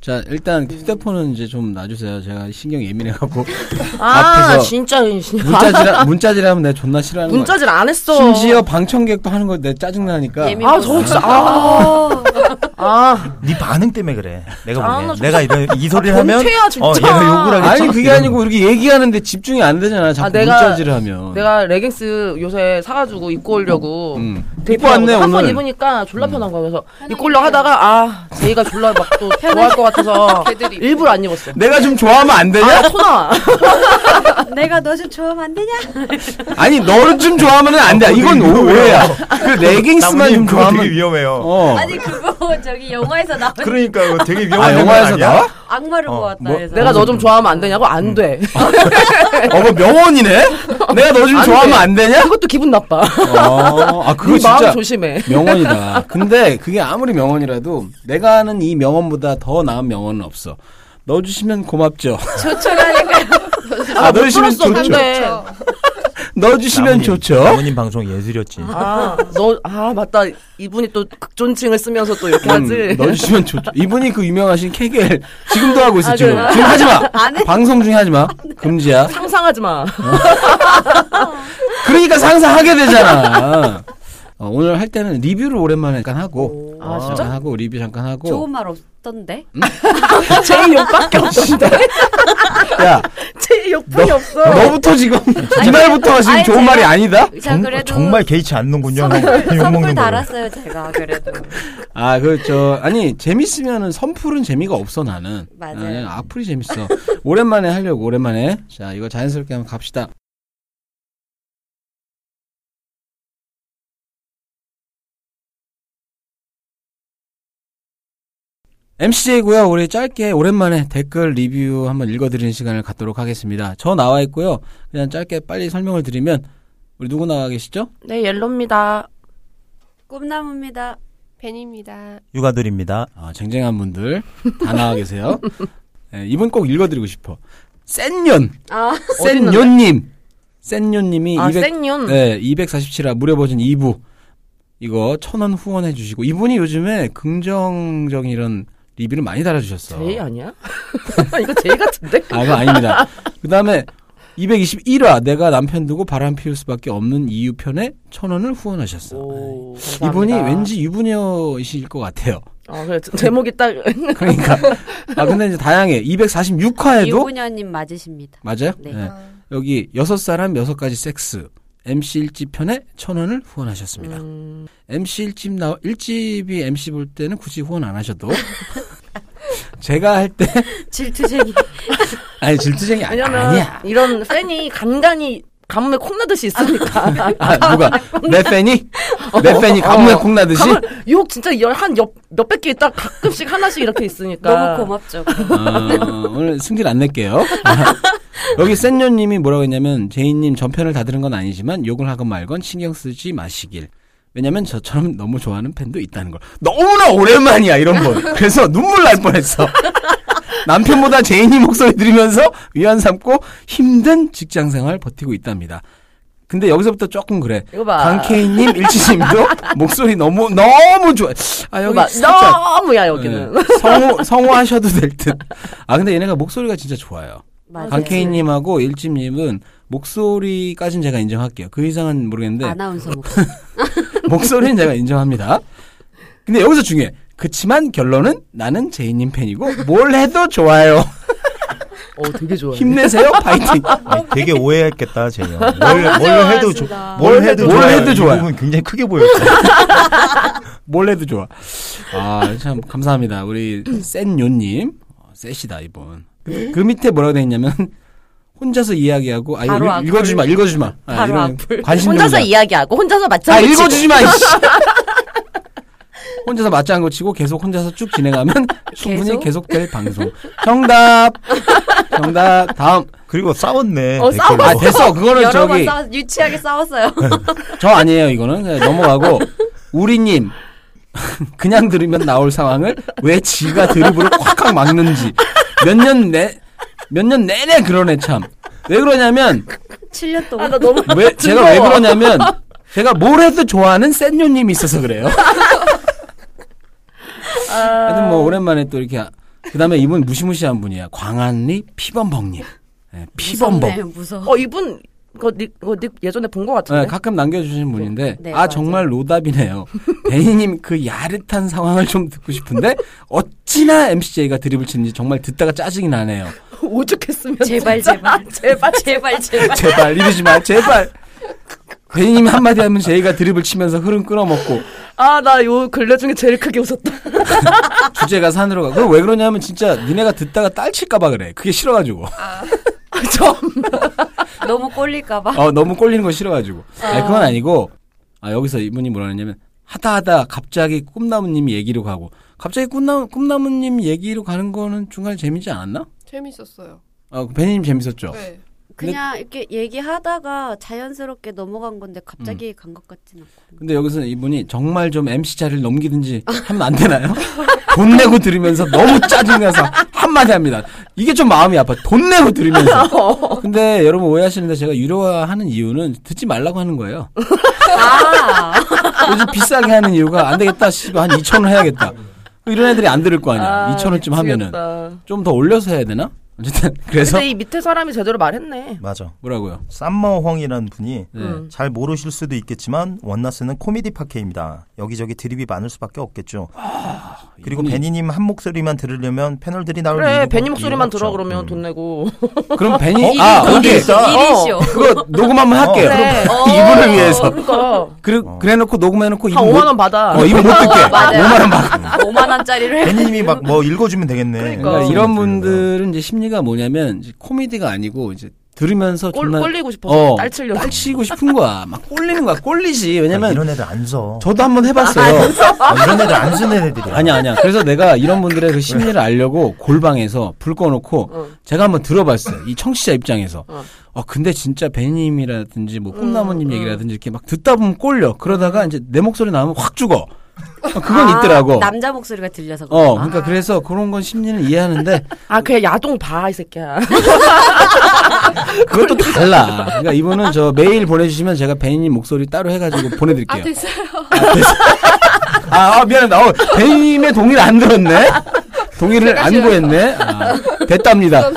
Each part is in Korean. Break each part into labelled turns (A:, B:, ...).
A: 자,
B: 음.
A: 일단 휴대폰은 이제 좀 놔주세요. 제가 신경 예민해갖고.
B: 아
A: 앞에서
B: 진짜 아,
A: 문자질, 문자질 하면 내가 존나 싫어하는 거야.
B: 문자질 안 했어.
A: 심지어 방청객도 하는 거 내 짜증나니까.
C: 예민-
B: 아 저 진짜 아. 아.
D: 네 반응 때문에 그래. 내가
B: 아,
D: 보기엔.
B: 나 진짜-
D: 내가 이런 이
E: 아,
D: 소리를 하면
B: 권태야, 진짜.
D: 어 얘가 욕을 하겠지.
A: 아니, 그게
D: 이런
A: 아니고 이렇게 얘기하는데 집중이 안 되잖아. 자꾸
B: 아, 내가-
A: 문자질을 하면.
B: 내가 레깅스 요새 사가지고 입고 오려고.
A: 음. 입고
B: 입고
A: 왔네, 음.
B: 한 번
A: 오늘.
B: 입으니까 졸라 편한 거야. 그래서 입고 오려 하다가 아 제이가 졸라 막 또 좋아할 것 같아서
C: 걔들이 입고.
B: 일부러 안 입었어.
A: 내가 좀 좋아하면 안 되냐?
B: 아토 나와.
E: 내가 너 좀 좋아하면 안 되냐?
A: 아니, 너를 좀 좋아하면 안 돼. 이건
D: 그거
A: 오해야. 그 레깅스만
D: 나무님
A: 좀
D: 그거 되게
A: 좋아하면.
D: 위험해요.
A: 어.
E: 아니 그거 저기 영화에서 나온
D: 그러니까 그거 되게 위험한
A: 아,
D: 장면
A: 영화에서
D: 아니야?
A: 나와?
E: 악마를
D: 어,
E: 보았다
A: 뭐-
E: 해서
B: 내가 너 좀 좋아하면 안 되냐고
A: 음.
B: 안 돼. 아,
A: 어, 뭐 명언이네? 내가 너 좀
B: 안
A: 좋아하면
B: 돼.
A: 안 되냐?
B: 그것도 기분 나빠.
A: 어, 아, 그거
B: 네 마음
A: 진짜
B: 조심해.
A: 명언이다. 근데 그게 아무리 명언이라도 내가 아는 이 명언보다 더 나은 명언은 없어. 넣어주시면 고맙죠.
E: 그러니까 좋죠라니까
A: 아, 넣어주시면
B: 풀었어,
A: 좋죠.
B: 근데.
A: 넣어주시면
D: 나무님,
A: 좋죠. 음,
D: 나무님 방송 예술이었지.
B: 아, 너, 아, 맞다. 이분이 또 극존칭을 쓰면서 또 이렇게
A: 음,
B: 하지.
A: 넣어주시면 좋죠. 이분이 그 유명하신 케겔 지금도 하고 있어 지금.
B: 아, 그래요?
A: 지금 하지 마. 방송 중에 하지 마. 금지야.
B: 상상하지 마.
A: 그러니까 상상하게 되잖아. 어, 오늘 할 때는 리뷰를 오랜만에 잠깐 하고
B: 아, 진짜?
A: 잠깐 하고 리뷰 잠깐 하고
E: 좋은 말 없던데.
B: 음? 제이 욕밖에 없는데?
A: 야
B: 제이 욕뿐이 없어.
A: 너부터 지금 이날부터 지금
E: 아니,
A: 좋은
E: 제가-
A: 말이 아니다.
E: 자
D: 정,
E: 그래도
D: 정말 개의치 않는군요.
E: 선물, 선물
D: 욕먹는 거.
E: 달았어요 제가 그래도
A: 아, 그렇죠. 아니, 재밌으면은 선풀은 재미가 없어, 나는.
E: 맞아요.
A: 나는 악플이 재밌어. 오랜만에 하려고, 오랜만에. 자, 이거 자연스럽게 한번 갑시다. MCJ고요. 우리 짧게 오랜만에 댓글 리뷰 한번 읽어드리는 시간을 갖도록 하겠습니다. 저 나와 있고요. 그냥 짧게 빨리 설명을 드리면 우리 누구 나와 계시죠?
B: 네, 옐로입니다.
E: 꿈나무입니다.
C: 벤입니다.
D: 육아들입니다.
A: 아, 쟁쟁한 분들 다 나와 계세요. 네, 이분 꼭 읽어드리고 싶어. 센년,
E: 아
A: 센년님, 센년님이
B: 아,
A: 200,
B: 생윤.
A: 네, 247화 무료 버전 2부 이거 천 원 후원해 주시고 이분이 요즘에 긍정적인 이런 리뷰를 많이 달아주셨어.
B: 제이 아니야? 이거 제이 같은데?
A: 아, 그거 아닙니다. 그 다음에 221화 내가 남편 두고 바람 피울 수밖에 없는 이유 편에 천 원을 후원하셨어. 예,
B: 오, 감사합니다.
A: 이분이 왠지 유부녀이실 것 같아요.
B: 어, 그래, 제목이 딱.
A: 그러니까 아 근데 이제 다양해.
B: 네,
A: 246화에도
E: 유부녀님 맞으십니다.
A: 맞아요?
E: 네.
A: 네. 여기 여섯 사람 여섯 가지 섹스 MC 일집 편에 천 원을 후원하셨습니다.
B: 음,
A: MC 일집 나, 일집이 MC 볼 때는 굳이 후원 안 하셔도 제가 할 때
E: 질투쟁이
A: 아니 질투쟁이 아니,
B: 왜냐면,
A: 아니야.
B: 이런 팬이 간간이 가뭄에 콩나듯이 있으니까.
A: 아, 누가 내 팬이 내 팬이 가문에
B: 어.
A: 콩나듯이
B: 가물, 욕 진짜 열, 한 옆, 몇백 개 있다 가끔씩 하나씩 이렇게 있으니까.
E: 너무 고맙죠.
A: 어, 오늘 승질 안 낼게요. 여기 센녀님이 뭐라고 했냐면 제이님 전편을 다 들은 건 아니지만 욕을 하건 말건 신경 쓰지 마시길. 왜냐면 저처럼 너무 좋아하는 팬도 있다는 걸. 너무나 오랜만이야 이런 거. 그래서 눈물 날 뻔했어. 남편보다 제이님 목소리 들으면서 위안 삼고 힘든 직장 생활 버티고 있답니다. 근데 여기서부터 조금 그래.
B: 이거 봐.
A: 강케이님, 일치님도 목소리 너무 너무 좋아. 아 여기
B: 막
A: 살짝
B: 너무야 여기는.
A: 네. 성우 성우 하셔도 될 듯. 아 근데 얘네가 목소리가 진짜 좋아요.
E: 맞아요. 네.
A: 강케이님하고 일집님은 목소리까진 제가 인정할게요. 그 이상은
B: 네.
A: 모르겠는데
B: 어,
E: 아나운서 목소리.
A: 목소리는 제가 인정합니다. 근데 여기서 중요해. 그치만 결론은 나는 제이님 팬이고 뭘 해도 좋아요.
B: 어 되게 좋아.
A: 힘내세요, 파이팅.
D: 아니, 되게 오해했겠다, 제이 형. 뭘, 뭘 해도, 조,
E: 어, 좋습니다.
D: 뭘 해도
A: 뭘
D: 좋아요.
A: 해도 좋아요.
D: 이 부분 굉장히 크게 보였어.
A: 뭘 해도 좋아. 아 참 감사합니다. 우리 센요님 어, 세시다 이분. 그, 그 밑에 뭐라고 돼 있냐면 혼자서 이야기하고 아 이거
E: 바로
A: 읽-
E: 악플.
A: 읽어주지 마, 읽어주지 마. 아,
E: 바로
A: 이런
E: 악플.
A: 관심
B: 혼자서
A: 종자.
B: 이야기하고 혼자서
A: 아,
B: 맞춰.
A: 읽어주지 마, 이씨. 혼자서 맞장구 치고 계속 혼자서 쭉 진행하면 충분히
E: 계속?
A: 계속? 될 방송. 정답! 정답, 다음.
D: 그리고 싸웠네.
B: 어,
D: 댓글로.
A: 아, 됐어. 그거는
E: 여러 번
A: 저기,
E: 싸웠, 유치하게 싸웠어요.
B: 네.
A: 저 아니에요, 이거는. 그냥 넘어가고, 우리님. 그냥 들으면 나올 상황을 왜 지가 드립으로 콱콱 막는지. 몇 년 내, 몇 년 내내 그러네, 참. 왜 그러냐면,
E: 7년 동안
B: 아나 너무
A: 왜 제가 왜
B: 즐거워.
A: 그러냐면 제가 뭘 해도 좋아하는
B: 아,
E: 아.
A: 센요님이 있어서 그래요. 하여튼 뭐 오랜만에 또 이렇게 그다음에 이분 무시무시한 분이야. 광안리 피범벅님. 예, 피범벅.
E: 무섭네요, 무서워.
B: 어 이분 그거 닉, 그거 닉 예전에 본 것 같은데.
A: 네, 가끔 남겨주신 분인데
E: 네,
A: 아
E: 맞아요.
A: 정말 로답이네요. 베니님 그 야릇한 상황을 좀 듣고 싶은데 어찌나 MCJ가 드립을 치는지 정말 듣다가 짜증이 나네요.
B: 오죽했으면
E: 제발,
B: 진짜. 아,
E: 제발.
B: 제발
E: 제발 제발.
A: 제발 이러지 마 제발. 베니님 한마디 하면 제이가 드립을 치면서 흐름 끊어먹고
B: 아나 요 근래 중에 제일 크게 웃었다.
A: 주제가 산으로 가. 그걸 왜 그러냐면 진짜 니네가 듣다가 딸칠까봐 그래. 그게 싫어가지고.
B: 좀
E: 너무 꼴릴까봐.
A: 어, 너무 꼴리는 거 싫어가지고. 아니, 그건 아니고, 아, 여기서 이분이 뭐라 했냐면, 하다 하다 갑자기 꿈나무님 얘기로 가고, 갑자기 꿈나무, 꿈나무님 얘기로 가는 거는 중간에 재미지 않았나?
C: 재밌었어요.
A: 어, 베니님 재밌었죠?
C: 네.
E: 그냥 이렇게 얘기하다가 자연스럽게 넘어간 건데 갑자기 간 것 같진 않고.
A: 근데 여기서 이분이 정말 좀 MC 자리를 넘기든지 하면 안 되나요? 돈 내고 들으면서 너무 짜증나서 한마디 합니다. 이게 좀 마음이 아파. 돈 내고 들으면서. 근데 여러분 오해하시는데 제가 유료화하는 이유는 듣지 말라고 하는 거예요.
E: 아,
A: 요즘 비싸게 하는 이유가 안 되겠다. 씨발 한 2천 원 해야겠다. 이런 애들이 안 들을 거 아니야. 2천 원쯤 하면은
B: 미치겠다.
A: 좀 더 올려서 해야 되나? 어쨌든 그래서
B: 근데 이 밑에 사람이 제대로 말했네.
D: 맞아.
A: 뭐라고요?
D: 쌈마황이라는 분이
A: 네.
B: 음.
D: 잘 모르실 수도 있겠지만 원나스는 코미디 팟캐입니다. 여기저기 드립이 많을 수밖에 없겠죠. 그리고
A: 이분이-
D: 베니님 한 목소리만 들으려면 패널들이 나올
B: 그래
D: 이유가- 뭐
B: 베니 목소리만
D: 이유가
B: 들어
D: 없죠.
B: 그러면
D: 음.
B: 돈 내고.
A: 그럼 벤이
D: 어? 아,
A: 그게
D: 거기 있어.
E: 일이시오.
A: 그거 녹음 한번 할게요.
B: 그래. 어.
A: 이분을 위해서.
B: 그러니까
A: 그래
D: 어.
A: 그래놓고 녹음해놓고
B: 한
A: 이분
B: 5만
A: 못,
B: 원 받아.
A: 어, 이분 못 듣게.
E: 어, 맞아요.
B: 그러니까
A: 5만 원 받고.
E: 5만 원짜리를
D: 베니님이 막 뭐 읽어주면 되겠네.
B: 그러니까.
A: 그러니까
B: 어.
A: 이런 분들은 이제 심리가 뭐냐면 이제 코미디가 아니고 이제 들으면서
B: 꼴,
A: 존나
B: 꼴리고 싶어서
A: 어,
B: 딸 치려고.
A: 치고 싶은 거야. 막 꼴리는 거야. 꼴리지.
D: 아,
A: 왜냐면
D: 이런 애들 안 써.
A: 저도 한번 해봤어요.
D: 아, 이런 애들 안 쓰는 애들이야.
A: 아니야, 아니야. 그래서 내가 이런 분들의 그 심리를 알려고 골방에서 불 꺼놓고
B: 어.
A: 제가 한번 들어봤어요. 이 청취자 입장에서.
B: 어.
A: 어, 근데 진짜 배님이라든지 뭐 꿈나무님
B: 음.
A: 얘기라든지 이렇게 막 듣다 보면 꼴려. 그러다가 이제 내 목소리 나오면 확 죽어. 어, 그건
E: 아,
A: 있더라고.
E: 남자 목소리가 들려서.
A: 어,
E: 그런가?
A: 그러니까 그래서 그런 건 심리는 이해하는데
B: 아 그냥 야동 봐 이 새끼야.
A: 그것도 달라. 그러니까 이분은 저 메일 보내주시면 제가 배님 목소리 따로 해가지고 보내드릴게요.
C: 아 됐어요.
A: 아, 아, 미안합니다. 어, 배님의 동의를 안 들었네? 동의를 안 구했네? 아, 됐답니다.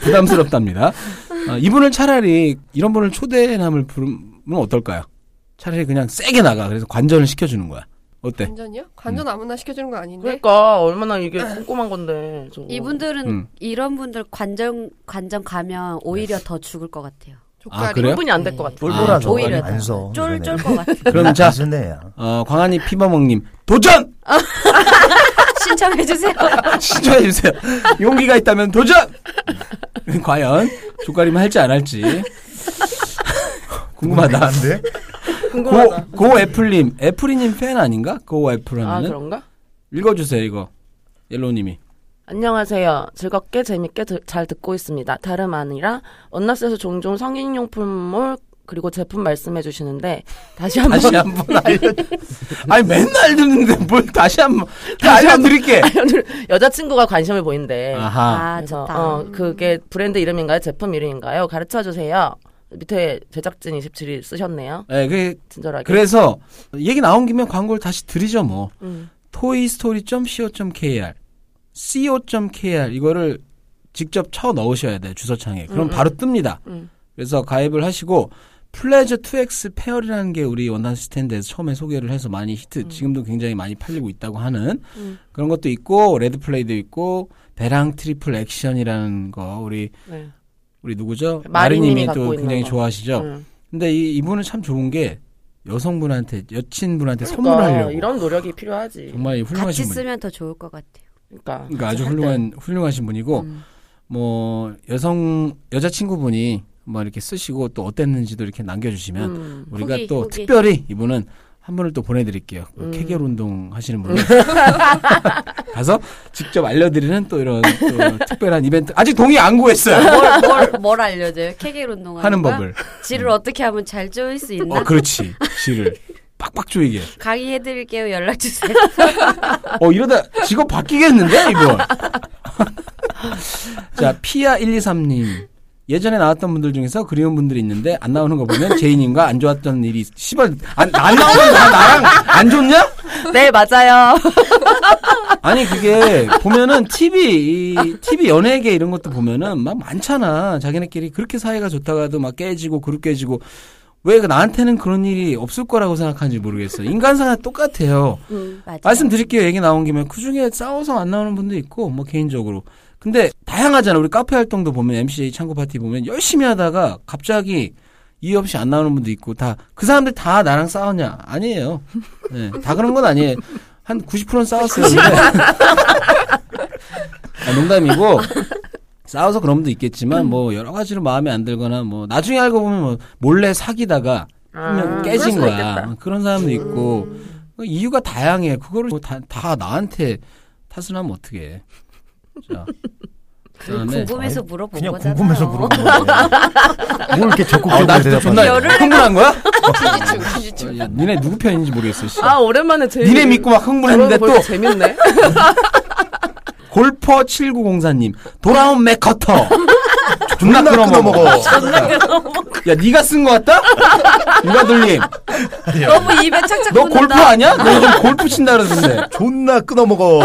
A: 부담스럽답니다. 아, 이분을 차라리 이런 분을 초대남을 부르면 어떨까요? 차라리 그냥 세게 나가. 그래서 관전을 시켜주는 거야. 어때?
C: 관전이요? 관전 아무나 시켜주는 거 아닌데.
B: 그러니까 얼마나 이게 꼼꼼한 건데. 저거.
E: 이분들은
A: 음.
E: 이런 분들 관전 관전 가면 오히려 더 죽을 것 같아요.
C: 조카리.
A: 아, 그래요?
B: 이분이 안 될 것 같아.
D: 똘똘하죠.
E: 아, 오히려
D: 안 써. 이런
E: 쫄쫄
D: 애들.
E: 것 같아.
A: 그럼 자,
D: 안 쓰는 애야.
A: 어, 광안이 피버먹님, 도전!
E: 신청해 주세요.
A: 신청해주세요. 용기가 있다면 도전! 과연, 조카림 할지 안 할지. 궁금하다.
D: 안 돼?
B: 궁금하다.
A: 고, 고 애플님, 애플이님 팬 아닌가? 고
B: 아
A: 애플하면은.
B: 그런가?
A: 읽어주세요 이거 옐로우님이
B: 안녕하세요. 즐겁게 재밌게 들- 잘 듣고 있습니다. 다름 아니라 원나스에서 종종 성인용품몰 그리고 제품 말씀해 주시는데 다시 한번
A: 다시 한번 알려 아니 맨날 듣는데 뭘 다시 한번 다
B: 다시 한번. 네.
A: 알려드릴게
B: 여자친구가 관심을 보인대.
A: 아하
E: 아,
B: 그래서
E: 좋다.
B: 어, 그게 브랜드 이름인가요? 제품 이름인가요? 가르쳐 주세요. 밑에 제작진 27이 쓰셨네요.
A: 예, 그,
B: 친절하게.
A: 그래서 얘기 나온 김에 광고를 다시 드리죠 뭐
B: 음.
A: toystory.co.kr co.kr 이거를 직접 쳐 넣으셔야 돼요 주소창에 그럼
B: 음,
A: 바로 뜹니다
B: 음.
A: 그래서 가입을 하시고 플레저 2X 페어리라는 게 우리 원단 스탠드에서 처음에 소개를 해서 많이 히트 지금도 굉장히 많이 팔리고 있다고 하는
B: 음.
A: 그런 것도 있고 레드 플레이도 있고 배랑 트리플 액션이라는 거 우리
B: 네.
A: 우리 누구죠
B: 마리님이
A: 마리님이 또
B: 갖고 있는
A: 굉장히
B: 거.
A: 좋아하시죠.
B: 음.
A: 근데 이 이분은 참 좋은 게 여성분한테 여친분한테
B: 그러니까
A: 선물하려고
B: 이런 노력이 필요하지.
A: 정말
E: 같이
A: 훌륭하신 분.
E: 쓰면 더 좋을 것 같아요.
B: 그러니까.
A: 그러니까 아주
B: 할 때.
A: 훌륭한 훌륭하신 분이고
E: 음.
A: 뭐 여성 여자친구분이 뭐 이렇게 쓰시고 또 어땠는지도 이렇게 남겨주시면
B: 음.
A: 우리가
E: 후기,
A: 또
E: 후기.
A: 특별히 이분은 한 분을 또 보내드릴게요. 그
B: 음.
A: 케겔 운동 하시는 분 가서 직접 알려드리는 또 이런 또 특별한 이벤트 아직 동의 안 구했어요
E: 뭘, 뭘, 뭘 알려줘요? 케겔 운동하는
A: 하는
E: 거야?
A: 법을 음.
E: 질을 어떻게 하면 잘 조일 수 있나?
A: 어 그렇지 씨를 빡빡 조이게
E: 강의해드릴게요. 연락 주세요.
A: 어 이러다 직업 바뀌겠는데 이분 자 피아 123님 예전에 나왔던 분들 중에서 그리운 분들이 있는데 안 나오는 거 보면 제이님과 안 좋았던 일이 있- 씨발 안, 안 나오는 나 나랑 안 좋냐?
B: 네 맞아요.
A: 아니 그게 보면은 TV 이 TV 연예계 이런 것도 보면은 막 많잖아. 자기네끼리 그렇게 사이가 좋다가도 막 깨지고 그룹 깨지고 왜 나한테는 그런 일이 없을 거라고 생각하는지 모르겠어. 인간사가 똑같아요.
E: 음, 맞아요.
A: 말씀드릴게요. 얘기 나온 김에 그 중에 싸워서 안 나오는 분도 있고 뭐 개인적으로. 근데 다양하잖아. 우리 카페 활동도 보면 MCA 창고 파티 보면 열심히 하다가 갑자기 이유 없이 안 나오는 분도 있고 다 그 사람들 다 나랑 싸우냐? 아니에요. 네, 다 그런 건 아니에요. 한 90%는 싸웠어요. 근데. 아, 농담이고 싸워서 그런 분도 있겠지만 뭐 여러 가지로 마음에 안 들거나 뭐 나중에 알고 보면 뭐 몰래 사귀다가 분명
B: 아, 그럴
A: 깨진
B: 수도
A: 거야.
B: 있겠다. 음.
A: 그런 사람도 있고 그 이유가 다양해. 그거를 뭐 다, 다 나한테 탓을 하면 어떻게? 자. 그다음에
E: 궁금해서 물어본
D: 그냥
E: 거잖아요.
D: 궁금해서 물어본 거예요. 뭘 이렇게
A: 아,
D: 적극적으로
A: 나한테 존나
D: 대답하냐.
A: 흥분한 거야?
C: 지지층, 지지층.
A: 야, 니네 누구 편인지 모르겠어. 씨.
B: 아 오랜만에 제일
A: 니네 믿고 막 흥분했는데 또
B: 저런 거 벌써 재밌네.
A: 골퍼 7904님 돌아온 맥커터 존나
D: 끊어먹어.
A: 끌어먹어. 야 니가 쓴 거 같다? 유가돌님
E: 너무 입에 착착
A: 너 골프
E: 붙는다.
A: 아니야? 너 요즘 골프 친다 그러던데.
D: 존나 끊어먹어.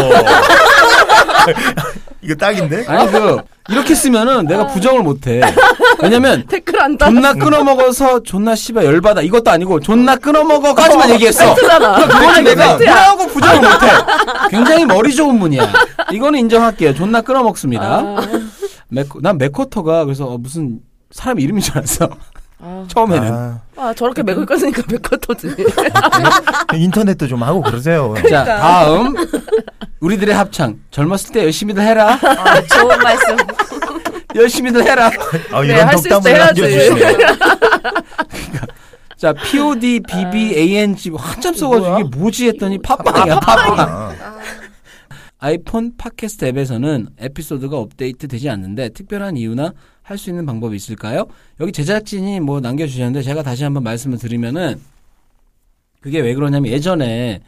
D: 이거 딱인데?
A: 아니 그 이렇게 쓰면은 내가 부정을 못해. 왜냐면
B: 댓글 안다.
A: 존나 끊어 먹어서 존나 씨발 열받아 이것도 아니고 존나 끊어 먹어까지만 얘기했어. 그러니까
B: 팩트잖아.
A: 그거는 내가
B: 팩트야.
A: 뭐라고 부정을 못해. 굉장히 머리 좋은 분이야. 이거는 인정할게요. 존나 끊어 먹습니다.
B: 아,
A: 메코, 난 메코터가 그래서 어, 무슨 사람 이름인 줄 알았어.
B: 아,
A: 처음에는.
D: 아,
B: 아, 저렇게 맥을 꺼으니까 맥 꺼터지.
D: 아, 인터넷도 좀 하고 그러세요.
A: 자
B: 그러니까.
A: 다음 우리들의 합창 젊었을 때 열심히들 해라.
E: 아, 좋은 말씀.
A: 열심히들 해라.
D: 아,
B: 네,
D: 이런
B: 할수 있을
D: 덕담을
B: 때
D: 남겨주시네.
A: 자 POD BBANG 뭐 한참 써가지고 이게 뭐지 했더니 팝빵이야 팝빵.
D: 아,
C: 아,
A: 아이폰 팟캐스트 앱에서는 에피소드가 업데이트 되지 않는데 특별한 이유나 할 수 있는 방법이 있을까요? 여기 제작진이 뭐 남겨주셨는데 제가 다시 한번 말씀을 드리면은 그게 왜 그러냐면 예전에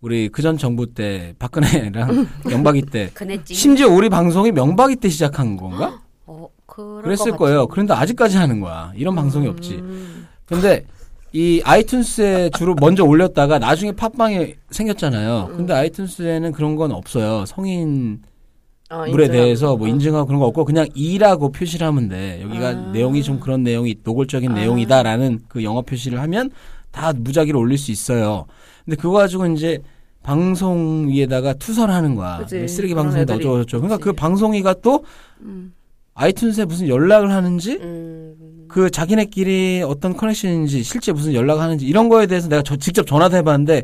A: 우리 그전 정부 때 박근혜랑 명박이 때
E: 그네지.
A: 심지어 우리 방송이 명박이 때 시작한 건가?
E: 어, 그럴
A: 그랬을
E: 것
A: 거예요.
E: 같아요.
A: 그런데 아직까지 하는 거야. 이런 방송이 없지.
E: 음.
A: 근데 이 아이튠스에 주로 먼저 올렸다가 나중에 팟빵이 생겼잖아요. 근데
E: 음.
A: 아이튠스에는 그런 건 없어요. 성인
B: 아,
A: 물에
B: 인증하고.
A: 대해서 뭐 인증하고 그런 거 없고 그냥 이라고 표시를 하면 돼. 여기가
B: 아.
A: 내용이 좀 그런 내용이 노골적인 내용이다라는 그 영어 표시를 하면 다 무작위로 올릴 수 있어요. 근데 그거 가지고 이제 방송 위에다가 투서를 하는 거야.
B: 그치.
A: 쓰레기
B: 그런
A: 방송이다
B: 애들이
A: 어쩌고저쩌고. 그러니까
B: 있지.
A: 그 방송이가 또
B: 음.
A: 아이튠즈에 무슨 연락을 하는지
E: 음,
A: 그 자기네끼리 어떤 커넥션인지 실제 무슨 연락하는지 이런 거에 대해서 내가 저- 직접 전화도 해봤는데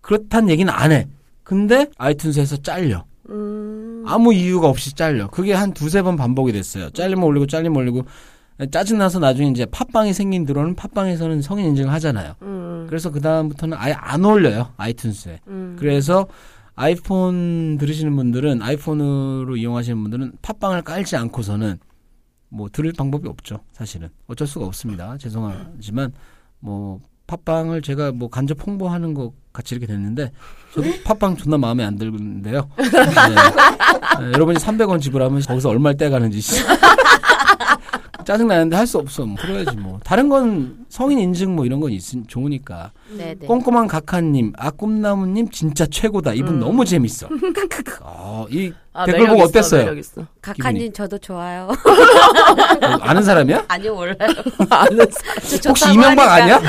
A: 그렇단 얘기는 안 해. 근데 아이튠즈에서 잘려.
B: 음.
A: 아무 이유가 없이 잘려. 그게 한 두세 번 반복이 됐어요. 잘리면 올리고 잘리면 올리고 짜증나서 나중에 이제 팟빵이 생긴 뒤로는 팟빵에서는 성인 인증을 하잖아요.
B: 음.
A: 그래서 그다음부터는 아예 안 올려요. 아이튠스에.
B: 음.
A: 그래서 아이폰 들으시는 분들은 아이폰으로 이용하시는 분들은 팟빵을 깔지 않고서는 뭐 들을 방법이 없죠. 사실은. 어쩔 수가 없습니다. 죄송하지만 뭐 팟빵을 제가 뭐 간접 홍보하는 것 같이 이렇게 됐는데 저도 팟빵 존나 마음에 안 들는데요. 네. 네, 여러분이 300원 지불하면 거기서 얼마를 떼가는지 씨. 짜증나는데 할 수 없어. 뭐 그래야지 뭐. 다른 건 성인 인증 뭐 이런 건 있으 좋으니까.
E: 네네.
A: 꼼꼼한 각하님, 아 꿈나무님 진짜 최고다. 이분
B: 음.
A: 너무 재밌어. 어, 이
B: 아,
A: 댓글
B: 매력
A: 보고
B: 있어,
A: 어땠어요?
B: 매력 있어.
E: 각하님 저도 좋아요.
A: 어, 아는 사람이야?
E: 아니요 몰라요.
A: 아는
E: 저 좋다고
A: 혹시 이명박
E: 하니까.
A: 아니야?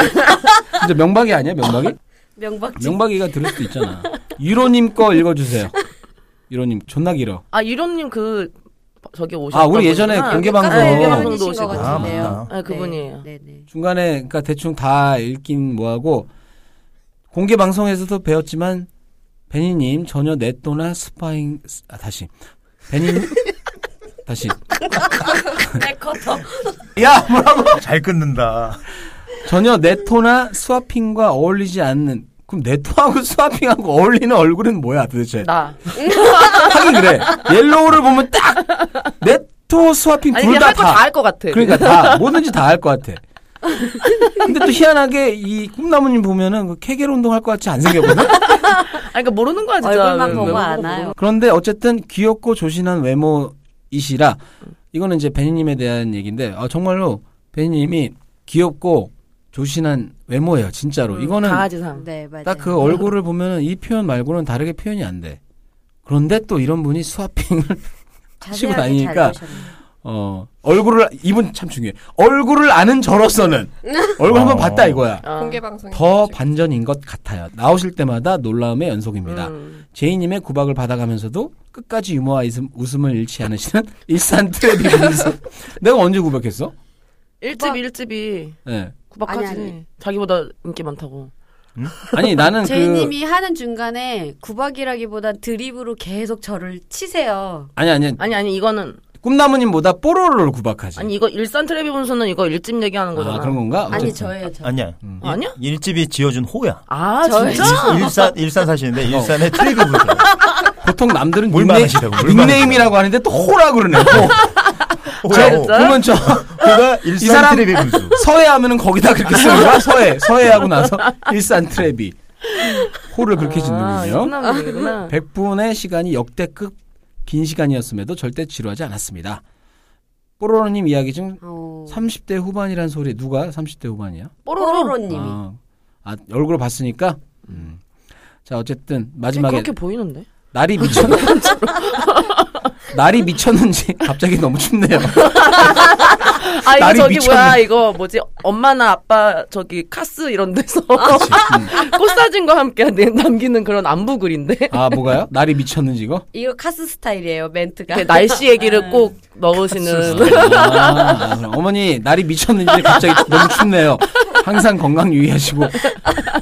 A: 진짜 명박이 아니야? 명박이?
E: 명박지.
A: 명박이가 들을 수도 있잖아. 유로님 거 읽어주세요. 유로님 존나 길어.
B: 아 유령님 그 저기 오셨.
A: 아 우리 예전에 공개 방송
B: 아, 공개 방송. 방송도
E: 네, 것
B: 오시고.
D: 아,
E: 같은데요.
D: 맞다.
B: 네, 그분이에요.
E: 네네.
A: 중간에 그러니까 대충 다 읽긴 뭐하고 공개 방송에서도 배웠지만 베니님 전혀 내또나 스파잉 아 다시 베니님 다시
E: 네. 백커터.
A: 야 뭐라고?
D: 잘 끊는다.
A: 전혀 네토나 스와핑과 어울리지 않는 그럼 네토하고 스와핑하고 어울리는 얼굴은 뭐야 도대체
B: 나.
A: 하긴 그래 옐로우를 보면 딱 네토 스와핑
B: 아니
A: 둘
B: 그냥
A: 다다
B: 할거 다 할 것 같아.
A: 그러니까 다 뭐든지 다 할 것 같아 근데 또 희한하게 이 꿈나무님 보면은 그 케겔 운동할 것 같이 안 생겨거든
B: 아니, 그러니까 모르는 거야 진짜.
E: 얼굴만
B: 왜
E: 보고
B: 모르는
E: 안
B: 거야,
E: 와요.
A: 그런데 어쨌든 귀엽고 조신한 외모이시라 이거는 이제 베니님에 대한 얘기인데 아 정말로 베니님이 귀엽고 조신한 외모예요 진짜로
B: 음, 모르는 거야.
A: 이거는 그
B: 강아지상.
E: 네 맞아요.
A: 딱 그 얼굴을 보면은 이 표현 말고는 다르게 표현이 안 돼. 그런데 또 이런 분이 스와핑을 치고
E: 자세하게 잘
A: 다니니까
E: 나오셨네요.
A: 어 얼굴을 이분 참 중요해. 얼굴을 아는 저로서는 얼굴 한번
D: 어.
A: 봤다 이거야.
B: 아,
C: 공개 방송.
A: 더 반전인 것 같아요. 나오실 때마다 놀라움의 연속입니다.
B: 음.
A: 제이님의 구박을 받아가면서도 끝까지 유머와 웃음, 웃음을 잃지 않으시는 일산 트레비 분석. 내가 언제 구박했어?
B: 일집 일집이
A: 예.
B: 구박하지.
E: 아니, 아니.
B: 자기보다 인기 많다고.
A: 아니 나는 그
E: 제이님이 하는 중간에 구박이라기보단 드립으로 계속 저를 치세요.
A: 아니 아니
B: 아니 아니 이거는
A: 꿈나무님보다 뽀로로를 구박하지.
B: 아니 이거 일산 트레비 분수는 이거 일집 얘기하는 거잖아.
A: 아 그런 건가?
E: 아니
A: 어쨌든.
E: 저예요. 저.
D: 아니야. 일-
B: 아니야?
D: 음. 일집이 지어준 호야.
B: 아
E: 저-
B: 진짜?
D: 일산 일산 사시는데
A: 어.
D: 일산에 트리그 부죠.
A: 보통 남들은
D: 물
A: 닉네임,
D: 많으시다고, 물
A: 닉네임이라고 하는데 또 호라고 그러네. 호. 저
B: 진짜?
A: 보면 저
D: 그가
A: 이 사람-
D: 일산 트리비 분수.
A: 서해 하면은 거기다 그렇게 쓰는 거야? 서해. 서해하고 나서 일산 트레비. 호를 그렇게
B: 아,
A: 짓는군요.
B: 이구나.
A: 100분의 시간이 역대급 긴 시간이었음에도 절대 지루하지 않았습니다. 뽀로로님 이야기 중
E: 어.
A: 30대 후반이란 소리 누가 30대 후반이야?
B: 뽀로로.
E: 뽀로로님이
A: 아, 아 얼굴을 봤으니까. 음. 자 어쨌든 마지막에
B: 그렇게 보이는데?
A: 날이 미쳤는지 날이 미쳤는지 갑자기 너무 춥네요.
B: 아 이거
A: 날이
B: 저기 뭐야
A: 미쳤네.
B: 이거 뭐지 엄마나 아빠 저기 카스 이런 데서
A: 음.
B: 꽃 사진과 함께 내- 남기는 그런 안부 글인데
A: 아 뭐가요? 날이 미쳤는지 이거?
E: 이거 카스 스타일이에요 멘트가.
B: 이렇게 네, 날씨
E: 아.
B: 얘기를 꼭 넣으시는
A: 아, 아, 그럼 어머니 날이 미쳤는지 갑자기 너무 춥네요. 항상 건강 유의하시고.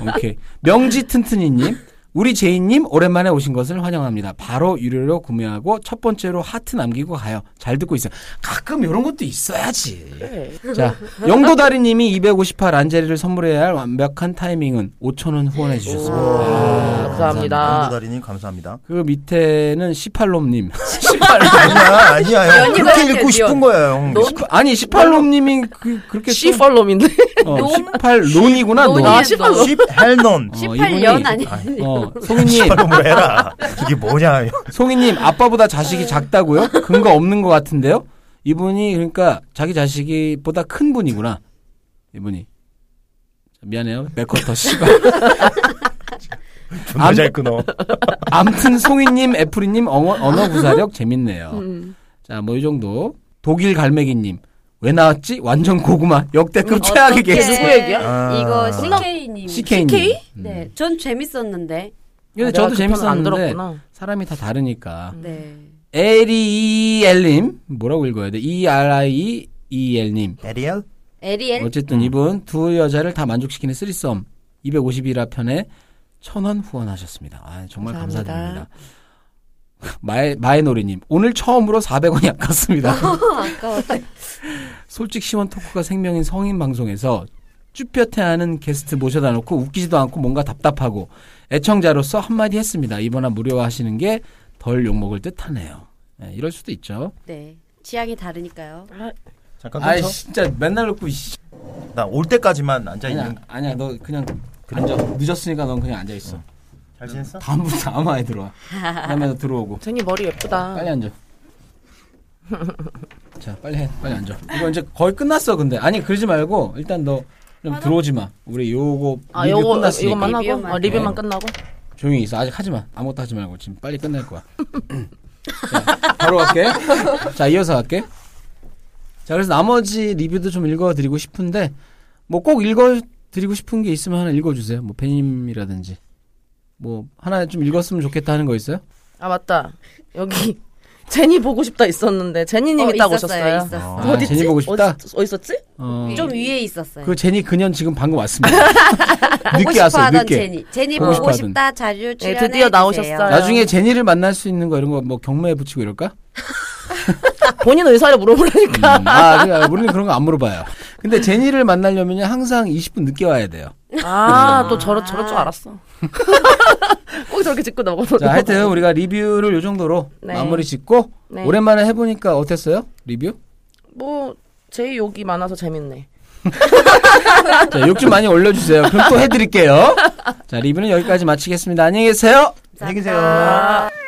A: 오케이. 명지 튼튼이님. 우리 제이님 오랜만에 오신 것을 환영합니다. 바로 유료로 구매하고 첫 번째로 하트 남기고 가요. 잘 듣고 있어요. 가끔 이런 것도 있어야지.
B: 네.
A: 자, 영도다리님이 250화 란제리를 선물해야 할 완벽한 타이밍은 5천원 후원해 주셨습니다. 아,
B: 감사합니다.
D: 한도다리님 감사합니다.
A: 그 밑에는 18롬님.
D: 아니야 아니야 형
E: 연이
D: 그렇게
E: 그렇게
D: 읽고 싶은
E: 미워.
D: 거야 형.
A: 아니 18롬님이 그, 그렇게 써-
B: 시펄롬인데
A: 어,
E: 롬?
A: 18론이구나 론.
E: 론이에요.
B: 시펄롬
D: 쉽 헬넌
A: 어,
E: 18년
A: 이분이-
E: 아니에요.
A: 어, 송이님,
D: 바로 해라. 이게 뭐냐 형.
A: 송이님 아빠보다
B: 네.
A: 자식이 작다고요? 근거 없는 것 같은데요? 이분이 그러니까 자기 자식이보다 큰 분이구나. 이분이 자, 미안해요, 맥커터 씨가.
D: 존나
A: 안-
D: 잘 끊어.
A: 암튼 송이님, 애플이님 언어, 언어 구사력 재밌네요.
B: 음.
A: 자, 뭐 이 정도. 독일 갈매기님 왜 나왔지? 완전 고구마 역대급 최악의
E: 어떡해.
A: 아, 개수.
B: 음, 누구 얘기야?
D: 아.
E: 이거 CK님.
A: 어. CK님. 음.
B: CK?
E: 네, 전 재밌었는데.
A: 근데
B: 아, 내가
A: 저도
B: 그 편은 안
A: 재밌었는데
B: 들었구나. 음.
A: 사람이 다 다르니까.
E: 네.
A: 에리엘님 뭐라고 읽어야 돼? E R I E L님.
D: 에리엘?
E: 에리엘.
A: 어쨌든
B: 음.
A: 이분 두 여자를 다 만족시키는 쓰리썸 251화 편에 천원 후원하셨습니다. 아, 정말
B: 감사합니다.
A: 감사드립니다. 마에 마에노리님 오늘 처음으로 400원이 아깝습니다.
B: 어.
E: 어, 아까웠다.
A: 솔직 시원 토크가 생명인 성인 방송에서 쭈뼛해하는 게스트 모셔다 놓고 웃기지도 않고 뭔가 답답하고 애청자로서 한마디 했습니다. 이번화 무료화하시는 게 덜 욕먹을 듯하네요. 예, 이럴 수도 있죠.
E: 네. 취향이 다르니까요.
D: 잠깐
A: 아이
D: 끊어.
A: 진짜 맨날 놓고 이씨.
D: 나올 때까지만 앉아
A: 아니야
D: 있는.
A: 아니야 너 그냥 앉아 늦었으니까 넌 그냥 앉아 있어
D: 잘 지냈어?
A: 다음부터 다음 화에 들어와 그다음에 너 들어오고
B: 쟁이 머리 예쁘다.
A: 빨리 앉아 자 빨리 해 빨리 앉아 이거 이제 거의 끝났어 근데 아니 그러지 말고 일단 너 좀 들어오지 마 우리 요거
B: 아
A: 리뷰
B: 요거
A: 끝났으니까
B: 이거만 하고
E: 리뷰만.
B: 어, 리뷰만
A: 네.
B: 끝나고
A: 조용히 있어 아직 하지 마 아무것도 하지 말고 지금 빨리 끝낼 거야 자, 바로 갈게 자 이어서 갈게 자 그래서 나머지 리뷰도 좀 읽어드리고 싶은데 뭐 꼭 읽어드리고 싶은 게 있으면 하나 읽어주세요 뭐 배님이라든지 뭐 하나 좀 읽었으면 좋겠다 하는 거 있어요?
B: 아 맞다 여기 제니 보고 싶다 있었는데 제니님이
E: 어,
B: 딱
E: 있었어요,
B: 오셨어요.
E: 있었어요.
A: 아, 제니 보고 싶다?
B: 어디, 있었지?
A: 어,
E: 좀 위에 있었어요.
A: 그 제니 그년 지금 방금 왔습니다 늦게 왔어요
E: 하던
A: 늦게
E: 제니. 제니
A: 보고
E: 보고,
A: 싶어 하던. 네,
E: 싶다 자료 출연해
B: 드디어
E: 주세요.
B: 나오셨어요.
A: 나중에 제니를 만날 수 있는 거 이런 거 뭐 경매에 붙이고 이럴까?
B: 본인 의사를 물어보라니까.
A: 음, 아, 그래, 우리는 그런 거 안 물어봐요. 근데 제니를 만나려면 항상 20분 늦게 와야 돼요.
E: 음.
B: 아 또 저럴 저럴 줄 알았어. 꼭 저렇게 짚고 나가고.
A: 자, 하여튼 우리가 리뷰를 요 정도로
B: 네.
A: 마무리 짓고
B: 네.
A: 오랜만에 해보니까 어땠어요? 리뷰?
B: 뭐 제이 욕이 많아서 재밌네.
A: 자, 욕 좀 많이 올려주세요. 그럼 또 해드릴게요. 자, 리뷰는 여기까지 마치겠습니다. 안녕히 계세요.
D: 안녕히 계세요.